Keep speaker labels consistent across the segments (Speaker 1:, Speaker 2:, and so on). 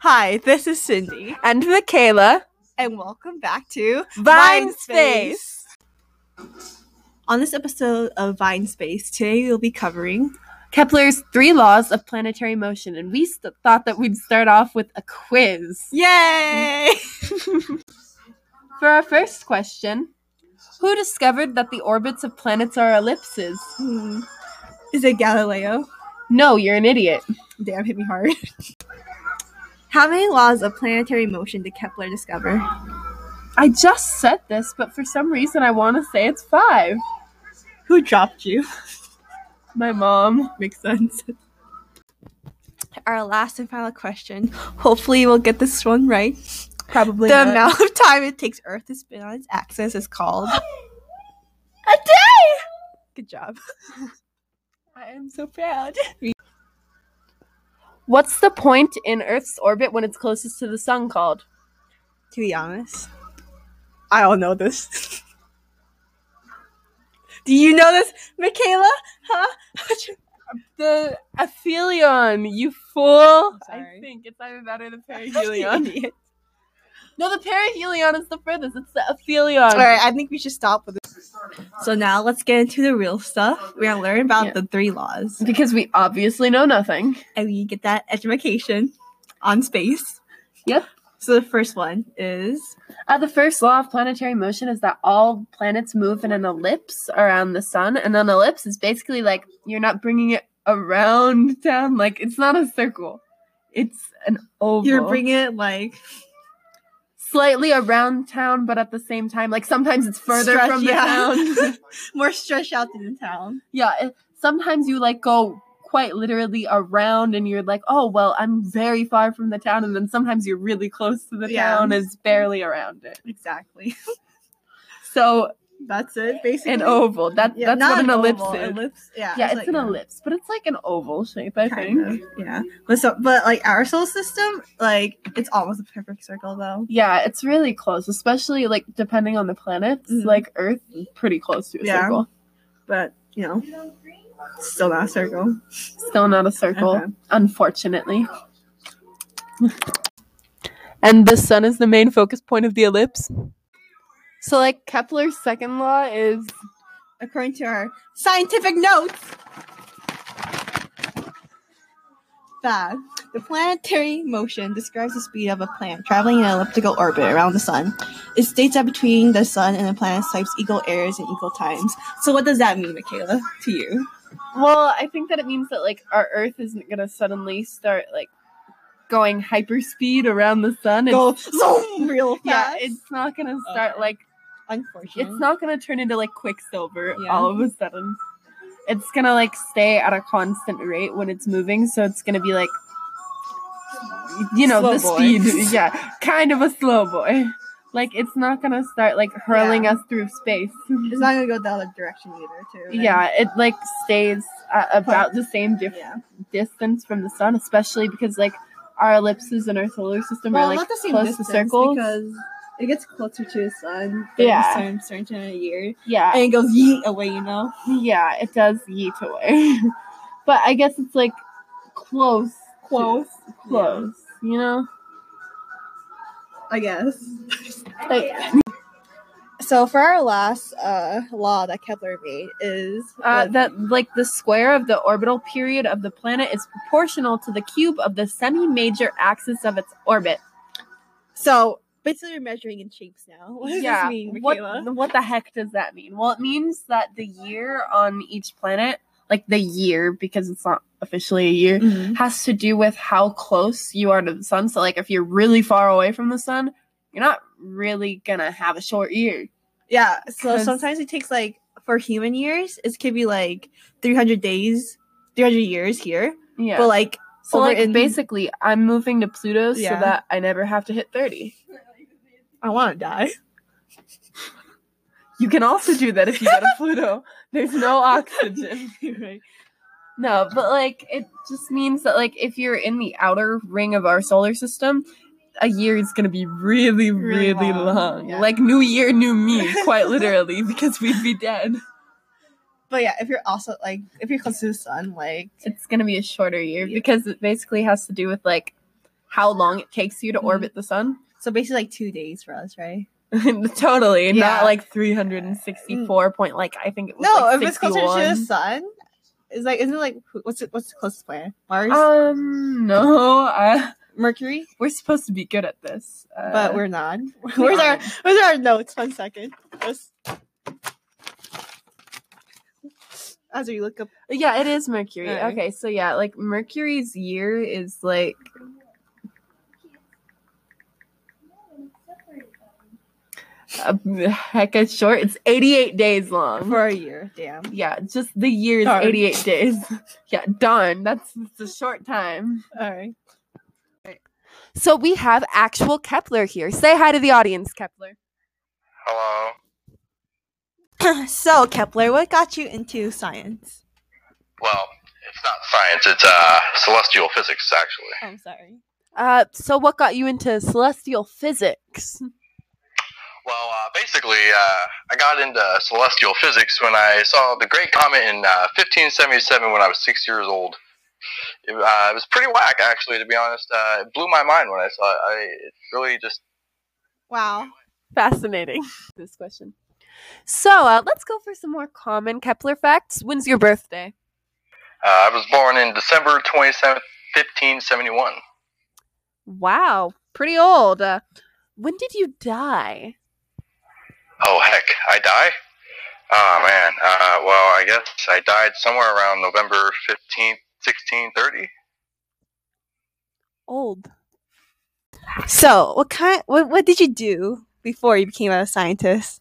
Speaker 1: Hi, this is Cindy,
Speaker 2: and Michaela.
Speaker 1: and welcome back to
Speaker 2: Vine Space.
Speaker 1: On this episode of Vine Space, today we'll be covering
Speaker 2: Kepler's three laws of planetary motion, and we st- thought that we'd start off with a quiz.
Speaker 1: Yay!
Speaker 2: For our first question, who discovered that the orbits of planets are ellipses?
Speaker 1: Hmm. Is it Galileo?
Speaker 2: No, you're an idiot.
Speaker 1: Damn, hit me hard. How many laws of planetary motion did Kepler discover?
Speaker 2: I just said this, but for some reason I want to say it's five.
Speaker 1: Who dropped you?
Speaker 2: My mom.
Speaker 1: Makes sense. Our last and final question. Hopefully, we'll get this one right.
Speaker 2: Probably
Speaker 1: the amount of time it takes Earth to spin on its axis is called a day. Good job.
Speaker 2: I am so proud. What's the point in Earth's orbit when it's closest to the sun called?
Speaker 1: To be honest, I don't know this. Do you know this, Michaela? Huh?
Speaker 2: The aphelion, you fool!
Speaker 1: sorry.
Speaker 2: I think it's either that or the perihelion. no, the perihelion is the furthest. It's the aphelion.
Speaker 1: All right, I think we should stop with this. So now let's get into the real stuff. We're gonna learn about
Speaker 2: Yeah.
Speaker 1: the three laws,
Speaker 2: Because we obviously know nothing.
Speaker 1: and we get that education on space.
Speaker 2: Yep.
Speaker 1: So the first one is
Speaker 2: Uh, the first law of planetary motion is that all planets move in an ellipse around the sun, and an ellipse is basically like you're not bringing it around town. Like it's not a circle; it's an oval.
Speaker 1: you're bringing it like
Speaker 2: slightly around town, but at the same time, like sometimes it's further
Speaker 1: Stretch-
Speaker 2: from the
Speaker 1: yeah.
Speaker 2: town.
Speaker 1: more stretched out than the town.
Speaker 2: yeah, it, sometimes you like go quite literally around, and you're like, oh well, I'm very far from the town, and then sometimes you're really close to the
Speaker 1: Yeah.
Speaker 2: town, is barely around it.
Speaker 1: Exactly.
Speaker 2: So
Speaker 1: That's it, basically.
Speaker 2: an oval. That
Speaker 1: Yeah,
Speaker 2: that's
Speaker 1: not
Speaker 2: what an, ellipse
Speaker 1: oval,
Speaker 2: is.
Speaker 1: Ellipse, yeah,
Speaker 2: yeah, it's
Speaker 1: like-
Speaker 2: an ellipse, but it's like an oval shape, I
Speaker 1: Kind
Speaker 2: think.
Speaker 1: of, yeah, but so, but like our solar system, like it's almost a perfect circle though.
Speaker 2: Yeah, it's really close, especially like depending on the planets.
Speaker 1: Mhm.
Speaker 2: Like Earth, pretty close to a
Speaker 1: Yeah.
Speaker 2: circle.
Speaker 1: But you know, still not a circle.
Speaker 2: Still not a circle,
Speaker 1: Okay.
Speaker 2: unfortunately. and the sun is the main focus point of the ellipse. So, like Kepler's second law is
Speaker 1: According to our scientific notes, that the planetary motion describes the speed of a planet traveling in an elliptical orbit around the sun. It states that between the sun and the planet's types equal errors and equal times. So, what does that mean, Michaela, to you?
Speaker 2: well, I think that it means that like our Earth isn't gonna suddenly start like going hyperspeed around the sun. It's-
Speaker 1: Go zoom real fast.
Speaker 2: yeah, it's not gonna start
Speaker 1: Okay.
Speaker 2: like
Speaker 1: unfortunate.
Speaker 2: it's not gonna turn into like quicksilver
Speaker 1: Yeah.
Speaker 2: all of a sudden it's gonna like stay at a constant rate when it's moving so it's gonna be like you know
Speaker 1: Slow
Speaker 2: the
Speaker 1: boy.
Speaker 2: speed yeah kind of a slow boy like it's not gonna start like hurling us through space
Speaker 1: It's not gonna go the other direction either, too. right?
Speaker 2: yeah it like stays at about the same diff-
Speaker 1: Yeah.
Speaker 2: distance from the sun especially because like our ellipses in our solar system
Speaker 1: Well,
Speaker 2: are
Speaker 1: not
Speaker 2: like
Speaker 1: the same
Speaker 2: close to
Speaker 1: distance
Speaker 2: circles
Speaker 1: because it gets closer to the sun.
Speaker 2: Yeah.
Speaker 1: Certain, certain time of year,
Speaker 2: yeah
Speaker 1: and it goes yeet away. You know.
Speaker 2: Yeah, it does yeet away. but I guess it's like close.
Speaker 1: Close.
Speaker 2: to- Close. You know?
Speaker 1: I guess.
Speaker 2: Like uh,
Speaker 1: So for our last uh, law that Kepler made is
Speaker 2: uh, that like the square of the orbital period of the planet is proportional to the cube of the semi-major axis of its orbit.
Speaker 1: so basically we're measuring in shapes now. What does
Speaker 2: yeah.
Speaker 1: this mean, Michaela?
Speaker 2: what what the heck does that mean? Well, it means that the year on each planet, like the year because it's not officially a year,
Speaker 1: Mm-hmm.
Speaker 2: has to do with how close you are to the sun. So, like, if you're really far away from the sun, you're not really gonna have a short year.
Speaker 1: Yeah. So
Speaker 2: 'Cause-
Speaker 1: sometimes it takes like for human years, it could be like 300 days, 300 years here,
Speaker 2: Yeah.
Speaker 1: but like
Speaker 2: so,
Speaker 1: over
Speaker 2: like,
Speaker 1: in-
Speaker 2: basically, I'm moving to Pluto
Speaker 1: Yeah.
Speaker 2: so that I never have to hit 30.
Speaker 1: I want to die.
Speaker 2: You can also do that if you go to Pluto. There's no oxygen. No, but like it just means that like if you're in the outer ring of our solar system, a year is gonna be really,
Speaker 1: Really
Speaker 2: really,
Speaker 1: long,
Speaker 2: long.
Speaker 1: yeah.
Speaker 2: Like new year, new me, quite literally, because we'd be dead.
Speaker 1: But yeah, if you're also like if you're close to the sun, like
Speaker 2: it's gonna be a shorter year
Speaker 1: Yeah.
Speaker 2: because it basically has to do with like how long it takes you to
Speaker 1: Mhm.
Speaker 2: orbit the sun.
Speaker 1: So basically, like two days for us, right?
Speaker 2: totally,
Speaker 1: Yeah.
Speaker 2: not like 364 point. Like I think it was
Speaker 1: No,
Speaker 2: like
Speaker 1: if it's closer to the
Speaker 2: 61.
Speaker 1: sun, it's like isn't it like wh- what's it, what's the closest planet? Mars,
Speaker 2: Um, no, I,
Speaker 1: Mercury,
Speaker 2: we're supposed to be good at this, uh,
Speaker 1: but we're not.
Speaker 2: we
Speaker 1: Where's our
Speaker 2: aren't.
Speaker 1: where's our notes? One second. Just- As we look up,
Speaker 2: Yeah, it is Mercury.
Speaker 1: Alright.
Speaker 2: Okay, so yeah, like Mercury's year is like a, uh, heck it's short. It's 88 days long.
Speaker 1: for a year, damn.
Speaker 2: yeah, just the year is
Speaker 1: Darn.
Speaker 2: 88 days. yeah, darn. That's it's a short time.
Speaker 1: All right.
Speaker 2: So we have actual Kepler here. Say hi to the audience, Kepler.
Speaker 3: Hello.
Speaker 1: so Kepler, what got you into science?
Speaker 3: Well, it's not science. It's uh, celestial physics, actually.
Speaker 1: I'm sorry.
Speaker 2: Uh, so what got you into celestial physics?
Speaker 3: Well, uh, basically, uh, I got into celestial physics when I saw the Great Comet in uh, 1577 when I was six years old. It, uh, it was pretty whack, actually, to be honest. Uh, it blew my mind when I saw it. I, it really just
Speaker 1: Wow.
Speaker 2: Fascinating. This question. So uh, let's go for some more common Kepler facts. When's your birthday?
Speaker 3: Uh, I was born in December 27th, 1571.
Speaker 2: Wow, pretty old. Uh, when did you die?
Speaker 3: Oh, heck. I die? Oh, man. Uh, well, I guess I died somewhere around November 15th, 1630.
Speaker 2: Old.
Speaker 1: So, what kind? What, what did you do before you became a scientist?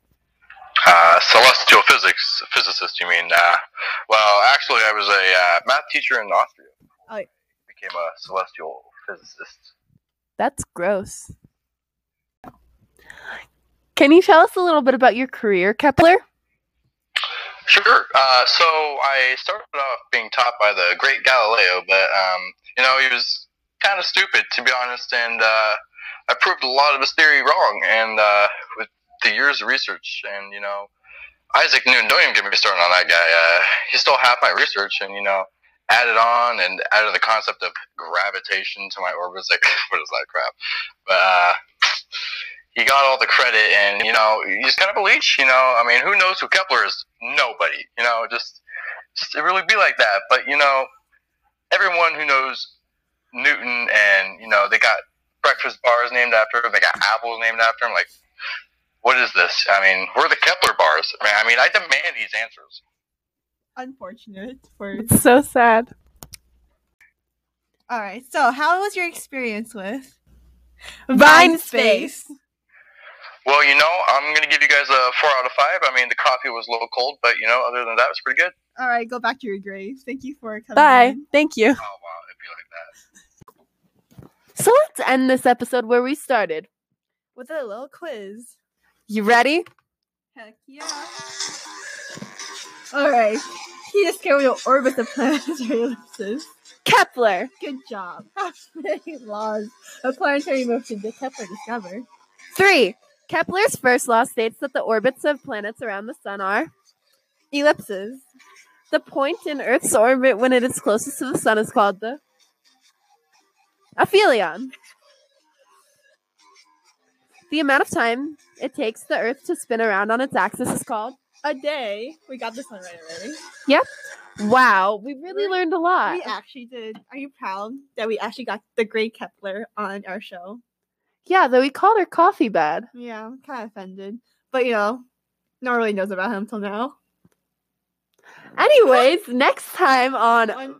Speaker 3: Uh, celestial physics physicist, you mean? Uh, well, actually, I was a uh, math teacher in Austria.
Speaker 1: Oh.
Speaker 3: I became a celestial physicist.
Speaker 2: That's gross. Can you tell us a little bit about your career, Kepler?
Speaker 3: Sure. Uh, so I started off being taught by the great Galileo, but um, you know he was kind of stupid, to be honest, and uh, I proved a lot of his theory wrong, and uh, with the years of research, and you know Isaac Newton, don't even get me started on that guy. Uh, he stole half my research, and you know added on and added the concept of gravitation to my orbits. Like what is that crap? But. Uh, he got all the credit, and you know he's kind of a leech. You know, I mean, who knows who Kepler is? Nobody. You know, just, just it really be like that. But you know, everyone who knows Newton, and you know, they got breakfast bars named after him. They got apples named after him. Like, what is this? I mean, we're the Kepler bars. I mean, I, mean, I demand these answers.
Speaker 1: Unfortunate for.
Speaker 2: It's so sad.
Speaker 1: All right. So, how was your experience with
Speaker 2: Vine space.
Speaker 3: Well, you know, I'm gonna give you guys a four out of five. I mean, the coffee was a little cold, but you know, other than that, it was pretty good.
Speaker 1: All right, go back to your grave. Thank you for coming.
Speaker 2: Bye.
Speaker 1: in.
Speaker 2: Thank you.
Speaker 3: Oh wow, it'd be like that.
Speaker 2: So let's end this episode where we started.
Speaker 1: With a little quiz.
Speaker 2: You ready?
Speaker 1: Heck yeah. All right. He discovered the orbit of planetary ellipses.
Speaker 2: Kepler.
Speaker 1: Good job. How many laws of planetary motion did Kepler discover?
Speaker 2: Three. Kepler's first law states that the orbits of planets around the sun are
Speaker 1: Ellipses.
Speaker 2: the point in Earth's orbit when it is closest to the sun is called the aphelion. The amount of time it takes the Earth to spin around on its axis is called.
Speaker 1: A day. We got this one right already.
Speaker 2: Wow, we really learned a lot.
Speaker 1: We actually did. Are you proud that we actually got the great Kepler on our show?
Speaker 2: Yeah, though we called her Coffee Bad.
Speaker 1: Yeah, I'm kind of offended. But you know, no one really knows about him till now.
Speaker 2: Anyways, next time on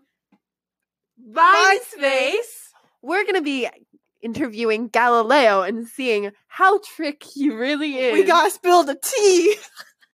Speaker 1: One-
Speaker 2: Space, we're gonna be interviewing Galileo and seeing how trick he really is.
Speaker 1: We gotta spill the tea.